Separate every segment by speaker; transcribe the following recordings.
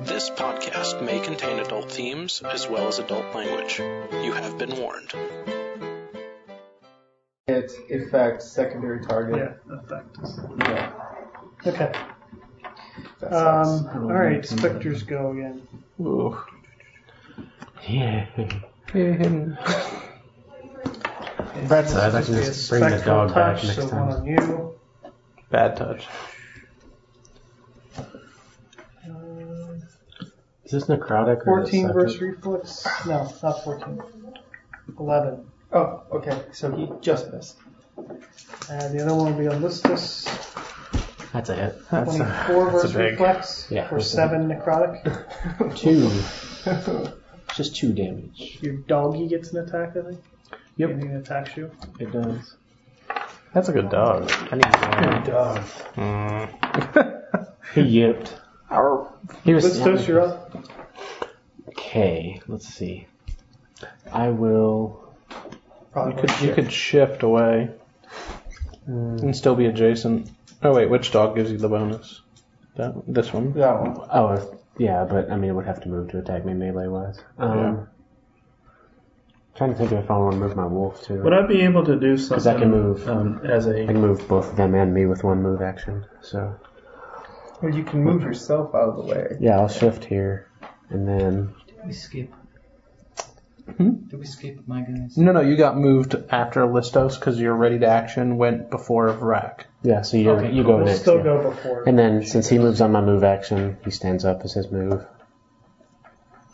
Speaker 1: This podcast may contain adult themes as well as adult language. You have been warned.
Speaker 2: It affects secondary target.
Speaker 3: Yeah, affect us.
Speaker 2: Yeah.
Speaker 3: Okay.
Speaker 2: that sucks.
Speaker 3: Um, all right, specters go again.
Speaker 4: Ooh. Yeah. Yeah.
Speaker 3: That's
Speaker 4: I'd like to just bring the dog back next
Speaker 3: so
Speaker 4: time.
Speaker 3: one on you.
Speaker 4: Bad touch.
Speaker 3: Uh,
Speaker 4: Is this necrotic or
Speaker 3: 14
Speaker 4: deceptive?
Speaker 3: versus reflex. No, not 14. 11.
Speaker 2: Oh, okay. So he just missed.
Speaker 3: And the other one will be on listless.
Speaker 4: That's a hit. That's a,
Speaker 3: 24
Speaker 4: that's a
Speaker 3: versus
Speaker 4: big.
Speaker 3: reflex
Speaker 4: Yeah,
Speaker 3: for
Speaker 4: that's a
Speaker 3: 7 necrotic.
Speaker 4: Two. Just two damage.
Speaker 3: Your doggy gets an attack, I think.
Speaker 4: Yep.
Speaker 3: And he attacks you.
Speaker 4: It does. That's a good dog. I need one. Good dog. he yipped. He was.
Speaker 3: Listos, you're up.
Speaker 4: Okay, let's see. I will.
Speaker 2: Probably
Speaker 5: You could, you could shift away and still be adjacent. Oh wait, which dog gives you the bonus? That this one.
Speaker 2: that one.
Speaker 4: Oh, if- yeah, but I mean, it would have to move to attack me melee wise. Um,
Speaker 5: Yeah.
Speaker 4: Trying to think if I want to move my wolf too.
Speaker 5: Would I be able to do
Speaker 4: I
Speaker 5: something?
Speaker 4: can move.
Speaker 5: um, as
Speaker 4: I
Speaker 5: a
Speaker 4: can move both of them and me with one move action. So
Speaker 2: Well, you can move yourself out of the way.
Speaker 4: yeah, I'll shift here, and then
Speaker 6: Did we skip?
Speaker 5: Hmm?
Speaker 6: Did we skip my guys?
Speaker 5: no, no, you got moved after Listos because your ready to action went before of rack.
Speaker 4: yeah. So you
Speaker 6: Okay,
Speaker 4: you
Speaker 6: cool.
Speaker 4: go
Speaker 3: We'll
Speaker 4: next.
Speaker 3: still
Speaker 4: yeah.
Speaker 3: go before.
Speaker 4: And then since he moves on my move action, he stands up as his move.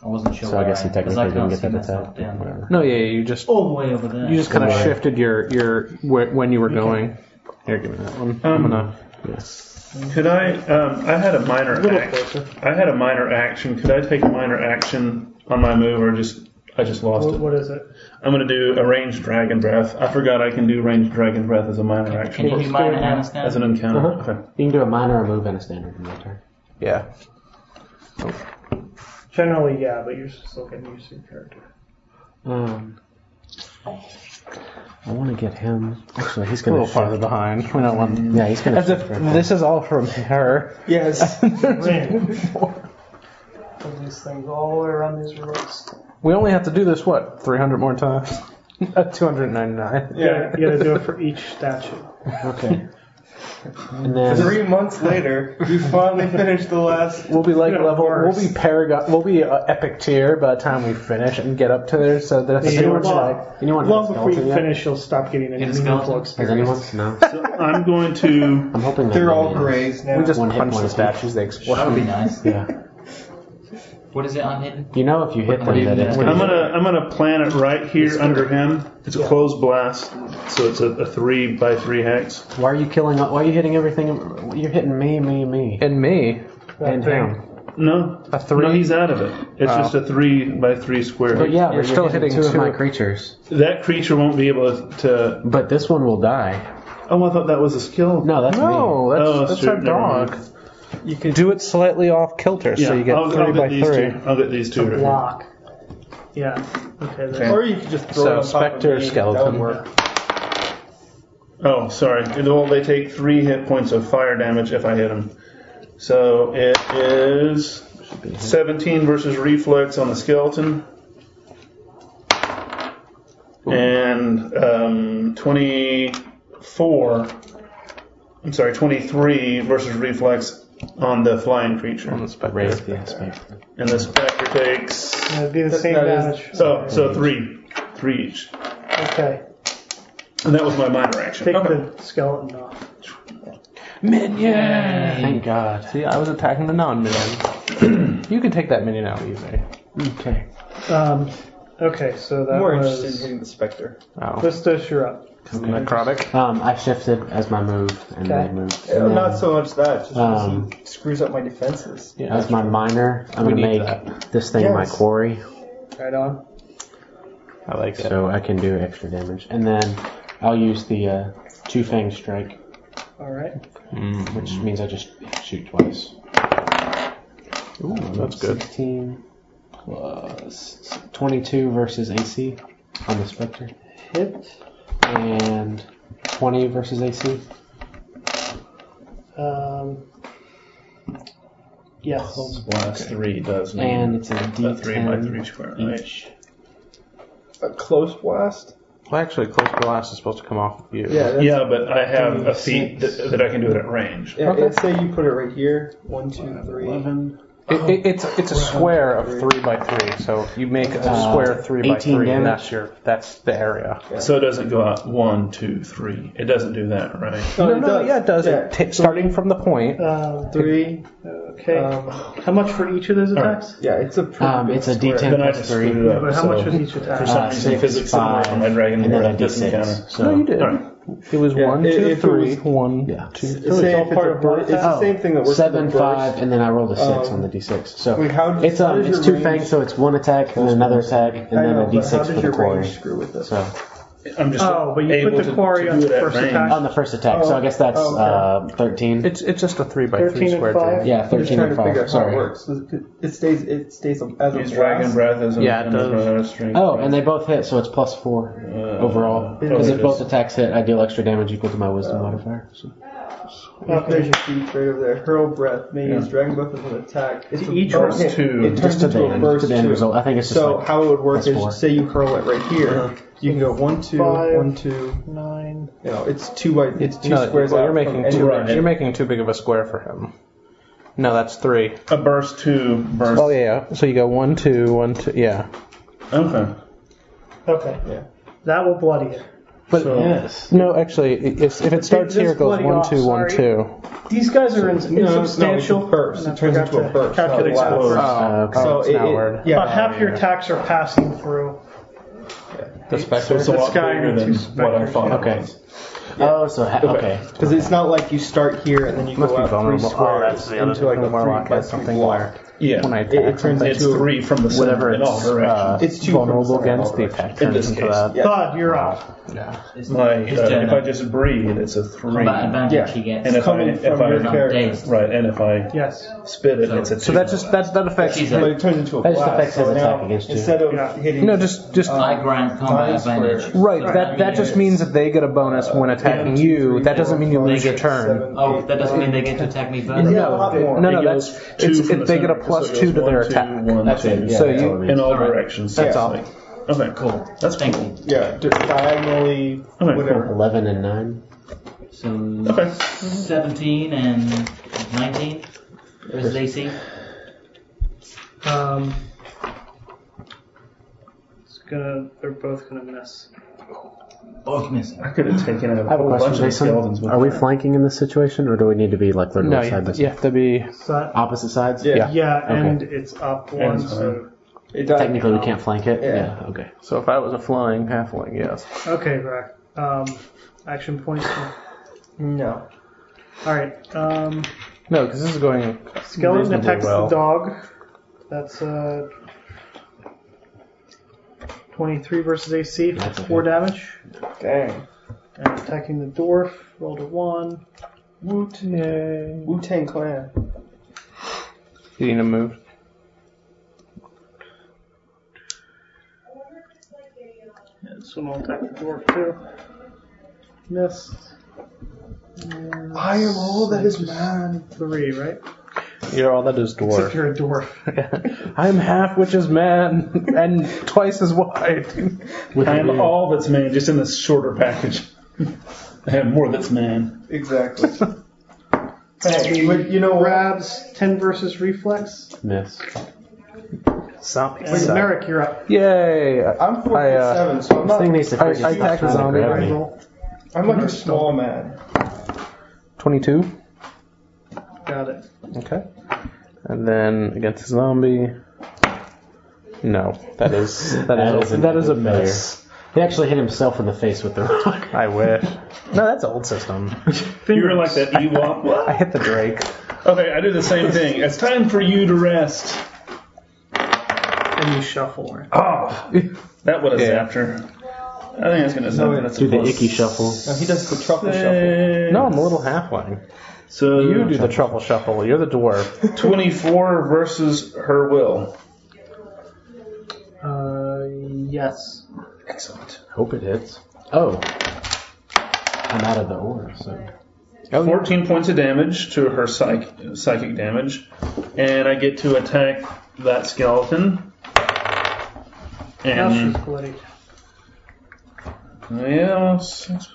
Speaker 6: I wasn't sure.
Speaker 4: So I
Speaker 6: where
Speaker 4: guess he
Speaker 6: 'cause I
Speaker 4: technically didn't
Speaker 6: can't
Speaker 4: get
Speaker 6: see
Speaker 4: that
Speaker 6: myself
Speaker 4: attack.
Speaker 6: down
Speaker 4: Whatever.
Speaker 5: No, yeah, yeah, you just
Speaker 6: All the Oh, way over there.
Speaker 5: you just kind of
Speaker 4: Right.
Speaker 5: shifted your your wh- when you were going. Here, give me that one. I'm gonna.
Speaker 7: Could I? Um, I had a minor. Action. I had a minor action. Could I take a minor action on my move, or just I just lost
Speaker 3: What,
Speaker 7: it?
Speaker 3: what is it?
Speaker 7: I'm gonna do a ranged dragon breath. I forgot I can do ranged dragon breath as a minor
Speaker 6: Can
Speaker 7: action.
Speaker 6: you do mine and Anna's now?
Speaker 7: as an encounter.
Speaker 4: Uh-huh.
Speaker 7: Okay.
Speaker 4: You can do a minor or move and a standard in your turn.
Speaker 5: Yeah.
Speaker 3: Generally, yeah, but you're still getting used to your character.
Speaker 4: Um, I want to get him. Actually, he's
Speaker 5: A
Speaker 4: gonna.
Speaker 5: little farther behind. We don't want.
Speaker 4: Yeah, he's gonna.
Speaker 5: As if
Speaker 4: shift right there.
Speaker 5: this is all from her.
Speaker 2: Yes.
Speaker 3: Ring. Put these things all the way around these roads.
Speaker 5: We only have to do this what 300 more times. 299.
Speaker 3: Yeah, you gotta do it for each statue.
Speaker 4: Okay. and then
Speaker 2: Three months later, you finally finished the last.
Speaker 5: We'll be like
Speaker 3: Yeah,
Speaker 5: level.
Speaker 3: worse.
Speaker 5: We'll be paragon. We'll be uh, epic tier by the time we finish and get up to there. So that's
Speaker 3: Yeah,
Speaker 5: anyone
Speaker 3: we're
Speaker 5: like
Speaker 3: long-
Speaker 4: anyone
Speaker 3: Long
Speaker 4: have
Speaker 3: before you
Speaker 4: skeleton yet?
Speaker 3: finish, you'll stop getting any
Speaker 6: Get a skeleton.
Speaker 3: meaningful
Speaker 4: Has
Speaker 3: experience.
Speaker 4: anyone? No.
Speaker 7: I'm going to.
Speaker 4: I'm hoping that
Speaker 2: They're all
Speaker 4: maybe-
Speaker 2: grays now.
Speaker 5: we just
Speaker 4: One hit
Speaker 5: punch
Speaker 4: point
Speaker 5: the
Speaker 4: each.
Speaker 5: statues. They explode.
Speaker 6: That would be nice.
Speaker 4: Yeah.
Speaker 6: What is it I'm hidden?
Speaker 4: You know, if you hit
Speaker 6: What do
Speaker 4: them,
Speaker 6: you
Speaker 4: that
Speaker 6: mean?
Speaker 4: it's
Speaker 7: I'm gonna. I'm gonna plant it right here under him. It's a closed blast, so it's a, a three by three hex.
Speaker 4: Why are you killing? Why are you hitting everything? You're hitting me, me, me,
Speaker 5: And me,
Speaker 4: and him.
Speaker 7: No.
Speaker 5: a three.
Speaker 7: No, he's out of it. It's
Speaker 5: Oh.
Speaker 7: just a three by three square.
Speaker 4: But yeah,
Speaker 5: You're
Speaker 4: but
Speaker 5: still hitting
Speaker 4: two of
Speaker 5: two
Speaker 4: my
Speaker 5: of-
Speaker 4: creatures.
Speaker 7: that creature won't be able to.
Speaker 4: But this one will die.
Speaker 7: Oh, I thought that was a skill.
Speaker 4: No, that's me.
Speaker 5: no, that's,
Speaker 7: Oh,
Speaker 5: that's
Speaker 7: shoot,
Speaker 5: our
Speaker 7: never
Speaker 5: dog. You can do it slightly off kilter, so you get
Speaker 7: I'll,
Speaker 5: 3
Speaker 7: I'll get
Speaker 5: by
Speaker 7: these
Speaker 5: three.
Speaker 7: Two. I'll get these two. Right here.
Speaker 3: Block. Yeah. Okay. There.
Speaker 2: Or you could just throw
Speaker 5: So,
Speaker 2: it on top of
Speaker 5: Spectre
Speaker 2: me. That
Speaker 5: skeleton.
Speaker 2: would work.
Speaker 7: Oh, sorry. Well, they take three hit points of fire damage if I hit them. So it is 17 versus reflex on the skeleton. And um, 24. I'm sorry, 23 versus reflex on the flying
Speaker 5: Mm.
Speaker 7: creature.
Speaker 4: Raise the aspect.
Speaker 7: And the specter takes.
Speaker 3: And It'd be the same
Speaker 2: that is-
Speaker 3: damage.
Speaker 7: So, so three. Three each.
Speaker 3: Okay.
Speaker 7: And that was my minor action.
Speaker 3: Take
Speaker 7: Okay.
Speaker 3: the skeleton off.
Speaker 6: Yay.
Speaker 4: Thank God.
Speaker 5: See, I was attacking the non-minion. you can take that minion out easy.
Speaker 4: Okay.
Speaker 3: Um, okay, so that
Speaker 2: More interested in
Speaker 3: was.
Speaker 2: hitting the Spectre.
Speaker 5: Oh,
Speaker 3: Listos, you're up.
Speaker 5: necrotic.
Speaker 4: Um, I shifted as my move, and
Speaker 3: Okay.
Speaker 4: they moved.
Speaker 5: Oh,
Speaker 2: Uh,
Speaker 4: And
Speaker 2: Not
Speaker 4: then
Speaker 2: so much that, just
Speaker 4: Um,
Speaker 2: because he screws up my defenses.
Speaker 5: Yeah,
Speaker 4: As my minor, I'm
Speaker 5: We
Speaker 4: gonna
Speaker 5: need
Speaker 4: make this thing my
Speaker 2: Yes.
Speaker 4: quarry,
Speaker 3: Right on.
Speaker 5: I like that.
Speaker 4: so I can do extra damage, and then I'll use the uh, two fang strike,
Speaker 3: All right.
Speaker 4: which
Speaker 7: Mm-hmm.
Speaker 4: means I just shoot twice.
Speaker 5: Ooh, that's good.
Speaker 4: 16 plus 22 versus AC on the Spectre.
Speaker 3: Hit.
Speaker 4: And 20
Speaker 7: Mm-hmm.
Speaker 4: versus AC.
Speaker 3: Um, Yes.
Speaker 7: Blast three does need
Speaker 4: And it's a
Speaker 7: a three by three
Speaker 4: D10
Speaker 7: square. Right.
Speaker 4: each.
Speaker 2: A close blast?
Speaker 5: Well, actually, close blast is supposed to come off of you.
Speaker 2: Yeah. That's,
Speaker 7: Yeah, but I have a feat that, that I can do it at range.
Speaker 2: yeah,
Speaker 5: Okay.
Speaker 2: let's say you put it right here. One, two, three.
Speaker 7: Eleven.
Speaker 5: It, it, it's it's a square of three by three, so you make a
Speaker 4: Uh,
Speaker 5: square three by
Speaker 4: 18
Speaker 5: three, and
Speaker 4: damage.
Speaker 5: that's your that's the area.
Speaker 7: So it doesn't go out one, two, three. It doesn't do that, right?
Speaker 5: No,
Speaker 2: Oh, it
Speaker 5: no,
Speaker 2: does.
Speaker 5: yeah, it does.
Speaker 2: Yeah.
Speaker 5: It ta- starting from the point.
Speaker 3: Um,
Speaker 2: Three.
Speaker 3: okay.
Speaker 2: Um,
Speaker 3: how much for each of those
Speaker 7: Alright.
Speaker 3: attacks?
Speaker 2: yeah, it's a pretty
Speaker 4: Um,
Speaker 2: big
Speaker 4: it's a
Speaker 2: square.
Speaker 4: D10
Speaker 7: Then I
Speaker 4: plus
Speaker 7: just
Speaker 4: 3.
Speaker 7: screwed it up.
Speaker 3: But how
Speaker 7: so
Speaker 3: much was each
Speaker 7: For
Speaker 3: attack?
Speaker 7: some
Speaker 4: Uh,
Speaker 7: reason,
Speaker 4: six,
Speaker 7: physics didn't work on my
Speaker 4: five,
Speaker 7: dragon.
Speaker 4: and then
Speaker 7: where
Speaker 4: a
Speaker 7: it doesn't
Speaker 4: D6.
Speaker 7: counter.
Speaker 4: So,
Speaker 5: no, you did.
Speaker 7: Alright.
Speaker 5: It was
Speaker 2: Yeah,
Speaker 5: one,
Speaker 2: i-
Speaker 5: two,
Speaker 2: if it
Speaker 5: three,
Speaker 2: was-
Speaker 5: one,
Speaker 4: Yeah.
Speaker 5: two,
Speaker 2: It's, the
Speaker 5: three.
Speaker 2: same,
Speaker 4: all
Speaker 2: it's,
Speaker 4: part
Speaker 2: a
Speaker 4: of
Speaker 2: bur-
Speaker 4: one
Speaker 2: it's the
Speaker 5: Oh,
Speaker 4: attack.
Speaker 2: same thing that works. for the
Speaker 4: 7,
Speaker 2: burst.
Speaker 4: 5, and then I rolled a 6
Speaker 2: Um,
Speaker 4: on the D6. So
Speaker 2: Wait, how does,
Speaker 4: it's,
Speaker 2: how
Speaker 4: um,
Speaker 2: does
Speaker 4: it's
Speaker 2: your
Speaker 4: two
Speaker 2: range-
Speaker 4: fangs, so it's one attack, and then another attack, and
Speaker 2: I
Speaker 4: then
Speaker 2: know,
Speaker 4: a
Speaker 2: but how
Speaker 4: D6
Speaker 2: does
Speaker 4: for the
Speaker 2: your
Speaker 4: quarry.
Speaker 2: range screw with this?
Speaker 4: So
Speaker 7: I'm just
Speaker 3: Oh, but you put
Speaker 7: able
Speaker 3: the
Speaker 7: to-
Speaker 3: quarry
Speaker 7: to
Speaker 3: on
Speaker 7: do
Speaker 3: the
Speaker 7: it at
Speaker 3: first
Speaker 7: range.
Speaker 3: attack.
Speaker 4: on the first attack, so I guess that's
Speaker 2: Oh, okay.
Speaker 4: uh, 13.
Speaker 5: It's it's just a three by three
Speaker 3: 13 and
Speaker 5: square
Speaker 3: five?
Speaker 5: thing.
Speaker 4: yeah,
Speaker 2: I'm just
Speaker 4: 13
Speaker 2: trying to
Speaker 4: and
Speaker 2: figure
Speaker 4: 5.
Speaker 2: out how it
Speaker 4: Sorry.
Speaker 2: works. It it stays. It stays as
Speaker 7: Use
Speaker 2: a
Speaker 7: dragon
Speaker 2: blast.
Speaker 7: breath as a
Speaker 5: Yeah, it
Speaker 7: as
Speaker 5: does.
Speaker 7: another strength.
Speaker 4: Oh, and they both hit, so it's plus 4
Speaker 7: Uh,
Speaker 4: overall. Because if both attacks hit, I deal extra damage equal to my wisdom modifier. So.
Speaker 2: Oh, There's your feet right over there. Hurl breath. May use dragon breath as an attack. It's
Speaker 3: To each
Speaker 2: oh,
Speaker 3: one.
Speaker 2: okay.
Speaker 7: Two.
Speaker 2: It turns
Speaker 4: Just to
Speaker 2: into
Speaker 4: the
Speaker 2: a
Speaker 4: end,
Speaker 2: burst
Speaker 4: to the end
Speaker 2: too.
Speaker 4: result. I think it's just
Speaker 2: So
Speaker 4: like-
Speaker 2: how it would work
Speaker 4: plus
Speaker 2: is
Speaker 4: four.
Speaker 2: say you hurl it right
Speaker 5: Uh-huh.
Speaker 2: here. You can go one, two,
Speaker 3: Five.
Speaker 2: one, two.
Speaker 3: Nine.
Speaker 2: You know, it's two by it's two
Speaker 5: No,
Speaker 2: squares
Speaker 5: well,
Speaker 2: out
Speaker 5: you're
Speaker 2: from
Speaker 5: making
Speaker 2: any
Speaker 5: too
Speaker 2: range.
Speaker 5: you're making too big of a square for him. No, that's three.
Speaker 7: a burst two burst.
Speaker 5: Oh yeah. So you go one, two, one, two. Yeah.
Speaker 7: Okay.
Speaker 3: Okay.
Speaker 2: Yeah.
Speaker 3: That will bloody it.
Speaker 5: But
Speaker 7: So-
Speaker 4: Yes.
Speaker 5: no, actually, i- it's, if it starts
Speaker 3: this
Speaker 5: here, it goes
Speaker 3: bloody
Speaker 5: one,
Speaker 3: off,
Speaker 5: two, one,
Speaker 3: sorry.
Speaker 5: two.
Speaker 3: These guys are ins-
Speaker 2: No, no,
Speaker 3: insubstantial.
Speaker 2: it's a burst.
Speaker 3: and I
Speaker 2: It turns
Speaker 3: forgot
Speaker 2: into a
Speaker 3: to
Speaker 2: burst, not
Speaker 3: Calculate
Speaker 2: blast.
Speaker 3: that
Speaker 7: Oh.
Speaker 3: burst.
Speaker 5: Oh,
Speaker 4: okay.
Speaker 5: so
Speaker 2: So
Speaker 5: it's
Speaker 2: it,
Speaker 5: not
Speaker 2: it-
Speaker 5: word.
Speaker 2: yeah,
Speaker 3: About half your attacks are passing through.
Speaker 5: The
Speaker 7: So
Speaker 5: spectre.
Speaker 7: it's a lot
Speaker 3: Sky
Speaker 7: bigger
Speaker 3: and two
Speaker 7: than what I
Speaker 3: specters,
Speaker 7: thought. it
Speaker 4: Okay.
Speaker 7: was.
Speaker 4: Oh, so ha- okay.
Speaker 2: because it's not like you start here and then you
Speaker 5: Must
Speaker 2: go
Speaker 5: be
Speaker 2: out three
Speaker 5: vulnerable. Oh,
Speaker 2: squares
Speaker 5: that's the other
Speaker 2: into like
Speaker 5: thing
Speaker 2: a
Speaker 5: where
Speaker 2: three
Speaker 5: I
Speaker 2: by
Speaker 5: got
Speaker 2: three
Speaker 5: something
Speaker 2: block.
Speaker 5: where
Speaker 7: Yeah.
Speaker 5: when I
Speaker 2: It, it
Speaker 5: attack
Speaker 2: turns
Speaker 5: something,
Speaker 7: it's
Speaker 2: into a,
Speaker 7: three from the
Speaker 5: whatever
Speaker 7: center in all
Speaker 5: it's uh,
Speaker 7: directions.
Speaker 2: It's two
Speaker 5: vulnerable
Speaker 2: from the
Speaker 5: against, the
Speaker 2: center,
Speaker 5: attack
Speaker 7: In
Speaker 5: turns
Speaker 7: this
Speaker 5: into
Speaker 7: case,
Speaker 5: that.
Speaker 2: yeah.
Speaker 3: Bud, you're up.
Speaker 5: Yeah.
Speaker 6: It's,
Speaker 7: My, uh,
Speaker 6: it's doing that
Speaker 7: if I just breathe, it's a three.
Speaker 6: combat
Speaker 7: Right,
Speaker 6: advantage
Speaker 2: yeah.
Speaker 6: he gets.
Speaker 7: And if I-
Speaker 2: coming
Speaker 7: if
Speaker 2: from
Speaker 7: I-
Speaker 2: your
Speaker 7: I'm
Speaker 2: character.
Speaker 6: dazed.
Speaker 7: and if I
Speaker 3: Yes.
Speaker 7: spit it,
Speaker 6: So-
Speaker 7: it's a two.
Speaker 5: So that just that that affects.
Speaker 6: She's
Speaker 2: But
Speaker 6: a,
Speaker 2: it turns into a
Speaker 4: That
Speaker 2: blast.
Speaker 4: just affects
Speaker 2: so
Speaker 4: his
Speaker 2: now,
Speaker 4: attack against you.
Speaker 2: Instead of
Speaker 3: Yeah.
Speaker 2: hitting,
Speaker 5: No, just just.
Speaker 6: I grant combat
Speaker 2: Nine square.
Speaker 6: advantage.
Speaker 5: Right,
Speaker 6: So
Speaker 5: that that just
Speaker 6: means-
Speaker 5: means that they get a bonus when attacking you. That doesn't mean you lose your turn.
Speaker 6: Oh, that doesn't mean they get to attack me first.
Speaker 2: Yeah, a lot more.
Speaker 5: No,
Speaker 7: It
Speaker 5: no,
Speaker 7: goes
Speaker 5: that's
Speaker 7: two
Speaker 5: it's,
Speaker 7: from
Speaker 5: it,
Speaker 7: the
Speaker 5: they get a
Speaker 7: center,
Speaker 5: plus
Speaker 7: so it
Speaker 5: two
Speaker 7: goes
Speaker 5: to their
Speaker 7: one, two,
Speaker 5: attack.
Speaker 7: one,
Speaker 4: That's
Speaker 7: two.
Speaker 4: it. Yeah,
Speaker 5: So
Speaker 4: that's
Speaker 5: you-
Speaker 4: all it
Speaker 7: in
Speaker 4: means.
Speaker 7: all
Speaker 6: Alright.
Speaker 7: directions.
Speaker 6: That's
Speaker 7: Yeah.
Speaker 5: all.
Speaker 7: Okay, cool.
Speaker 6: Cool.
Speaker 7: That's
Speaker 6: Thank
Speaker 7: cool.
Speaker 6: you.
Speaker 2: Yeah, di- diagonally,
Speaker 7: cool.
Speaker 2: whatever.
Speaker 4: 11 and 9.
Speaker 6: So
Speaker 7: Okay.
Speaker 6: 17 and 19 versus AC.
Speaker 3: Um, it's gonna. They're both gonna miss.
Speaker 6: Both missing.
Speaker 7: I could have taken out
Speaker 4: I have a
Speaker 7: whole bunch
Speaker 4: question,
Speaker 7: of the skeletons
Speaker 4: Jason.
Speaker 7: with
Speaker 4: Are we
Speaker 7: that.
Speaker 4: flanking in this situation, or do we need to be like literally
Speaker 5: No, you
Speaker 4: side by
Speaker 5: have,
Speaker 4: side?
Speaker 5: you have to be.
Speaker 3: So that,
Speaker 4: Opposite sides?
Speaker 2: Yeah.
Speaker 3: yeah,
Speaker 4: Okay.
Speaker 3: and it's up
Speaker 7: Yeah,
Speaker 3: one.
Speaker 7: it's
Speaker 3: So
Speaker 2: It does.
Speaker 4: Technically, we can't flank it.
Speaker 2: Yeah.
Speaker 4: Yeah, okay.
Speaker 5: So if I was a flying halfling, yes.
Speaker 3: okay, Brack. Um, action points.
Speaker 2: No.
Speaker 3: All right. Um,
Speaker 5: No, because this is going.
Speaker 3: skeleton
Speaker 5: Reasonably
Speaker 3: attacks
Speaker 5: well.
Speaker 3: the dog. That's uh. 23 versus AC for
Speaker 4: That's a
Speaker 3: 4
Speaker 4: hit.
Speaker 3: damage.
Speaker 2: Dang.
Speaker 3: And attacking the dwarf, rolled a 1.
Speaker 2: Wu Wu Tang Clan.
Speaker 5: You need to move.
Speaker 3: Yeah, this one will attack the dwarf too. Missed.
Speaker 2: I am all that is man.
Speaker 3: Three, right?
Speaker 5: You're all that is
Speaker 3: Except
Speaker 5: dwarf.
Speaker 3: you're a dwarf.
Speaker 5: I'm half, which is man, and twice as wide.
Speaker 4: With
Speaker 7: I am
Speaker 4: the-
Speaker 7: all that's man, just in this shorter package. I have more that's man.
Speaker 2: Exactly.
Speaker 3: Hey,
Speaker 2: but you know what?
Speaker 3: Grabs 10 versus reflex.
Speaker 4: miss.
Speaker 5: Zombie.
Speaker 3: And Merrick, you're up.
Speaker 5: Yay! I,
Speaker 2: I'm four
Speaker 5: I, uh,
Speaker 2: foot seven, so I'm
Speaker 4: This
Speaker 2: not.
Speaker 4: thing needs to
Speaker 5: I
Speaker 4: figure out
Speaker 5: attacked a
Speaker 4: how to
Speaker 5: zombie.
Speaker 4: grab me.
Speaker 3: Roll.
Speaker 2: I'm like a small man.
Speaker 5: Twenty-two.
Speaker 3: Got it.
Speaker 5: Okay. And then against the zombie. No, that is that
Speaker 4: That
Speaker 5: is
Speaker 4: is an
Speaker 5: that is a
Speaker 4: epic failure.
Speaker 5: miss.
Speaker 4: He actually hit himself in the face with the rock.
Speaker 5: I wish. No, that's old system.
Speaker 7: You were like that Ewok.
Speaker 5: I
Speaker 7: What?
Speaker 5: hit the Drake.
Speaker 7: Okay, I did the same thing. It's time for you to rest.
Speaker 3: And you shuffle. Right?
Speaker 7: Ah, that what it's
Speaker 5: Yeah.
Speaker 7: after. I think it's gonna zap. That's
Speaker 4: Do
Speaker 7: a
Speaker 4: the
Speaker 7: plus
Speaker 4: icky shuffle.
Speaker 2: No, he does the truffle shuffle.
Speaker 7: six.
Speaker 5: No, I'm a little halfling.
Speaker 7: So
Speaker 5: You do the truffle shuffle. You're the dwarf.
Speaker 7: 24 versus her will.
Speaker 3: Uh, yes.
Speaker 7: Excellent.
Speaker 4: Hope it hits. Oh. I'm out of the aura, so. Oh,
Speaker 7: 14 points of damage to her psych, psychic damage, and I get to attack that skeleton.
Speaker 3: Now
Speaker 7: And
Speaker 3: she's bloody.
Speaker 7: yeah,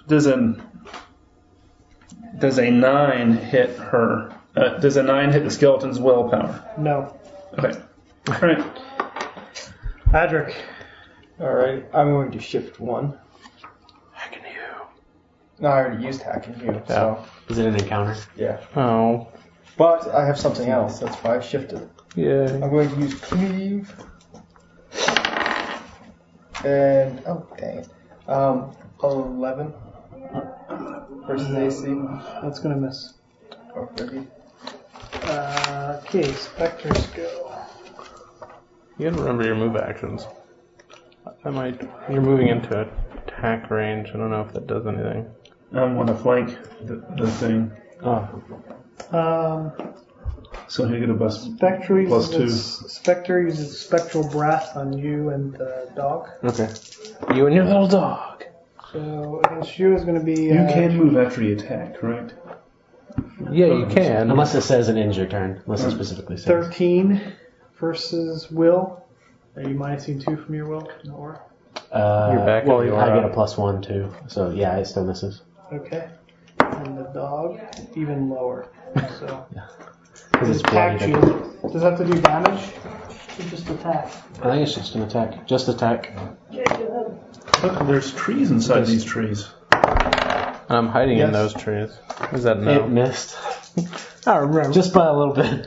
Speaker 7: does a does a nine hit her? Uh, does a nine hit the skeleton's willpower?
Speaker 3: No.
Speaker 7: Okay. All right.
Speaker 3: Adric.
Speaker 2: Alright, I'm going to shift one.
Speaker 4: hacking you.
Speaker 2: No, I already used hack and heal, so
Speaker 4: Is it an encounter?
Speaker 2: yeah.
Speaker 5: Oh,
Speaker 2: But I have something else, that's why I shifted.
Speaker 5: yeah.
Speaker 2: I'm going to use cleave. And oh dang it. Um eleven versus Oh, AC.
Speaker 3: That's going to miss.
Speaker 2: Or 30.
Speaker 3: Uh, okay, Spectres go.
Speaker 5: You gotta remember your move actions. I might. You're moving into attack range. I don't know if that does anything.
Speaker 7: I want to flank the, the thing,
Speaker 5: Oh,
Speaker 3: Um,
Speaker 7: so you get a bus.
Speaker 3: Spectre
Speaker 7: Plus
Speaker 3: uses,
Speaker 7: two.
Speaker 3: its, Spectre uses spectral breath on you and the dog.
Speaker 5: okay. You and your little dog.
Speaker 3: So against you is going to be. uh,
Speaker 7: You can move after you attack, correct?
Speaker 5: Yeah, you can.
Speaker 4: Unless it says an injured turn. Unless it specifically says.
Speaker 3: 13 versus Will. Are you minusing two from your Will? Or
Speaker 4: Uh,
Speaker 5: You're back
Speaker 4: well,
Speaker 5: and you're
Speaker 4: I get a
Speaker 5: up.
Speaker 4: plus one too. So yeah, it still misses.
Speaker 3: okay. And the dog even lower. So
Speaker 4: Because it's
Speaker 3: attack
Speaker 4: bloodied.
Speaker 3: you. Does that have to do damage? Or just attack?
Speaker 4: I think it's just an attack. Just attack.
Speaker 7: Look, there's trees inside these trees.
Speaker 5: And I'm hiding in
Speaker 2: Yes.
Speaker 5: those trees. Is that
Speaker 4: It
Speaker 5: no?
Speaker 4: missed.
Speaker 5: I remember.
Speaker 4: just by a little bit.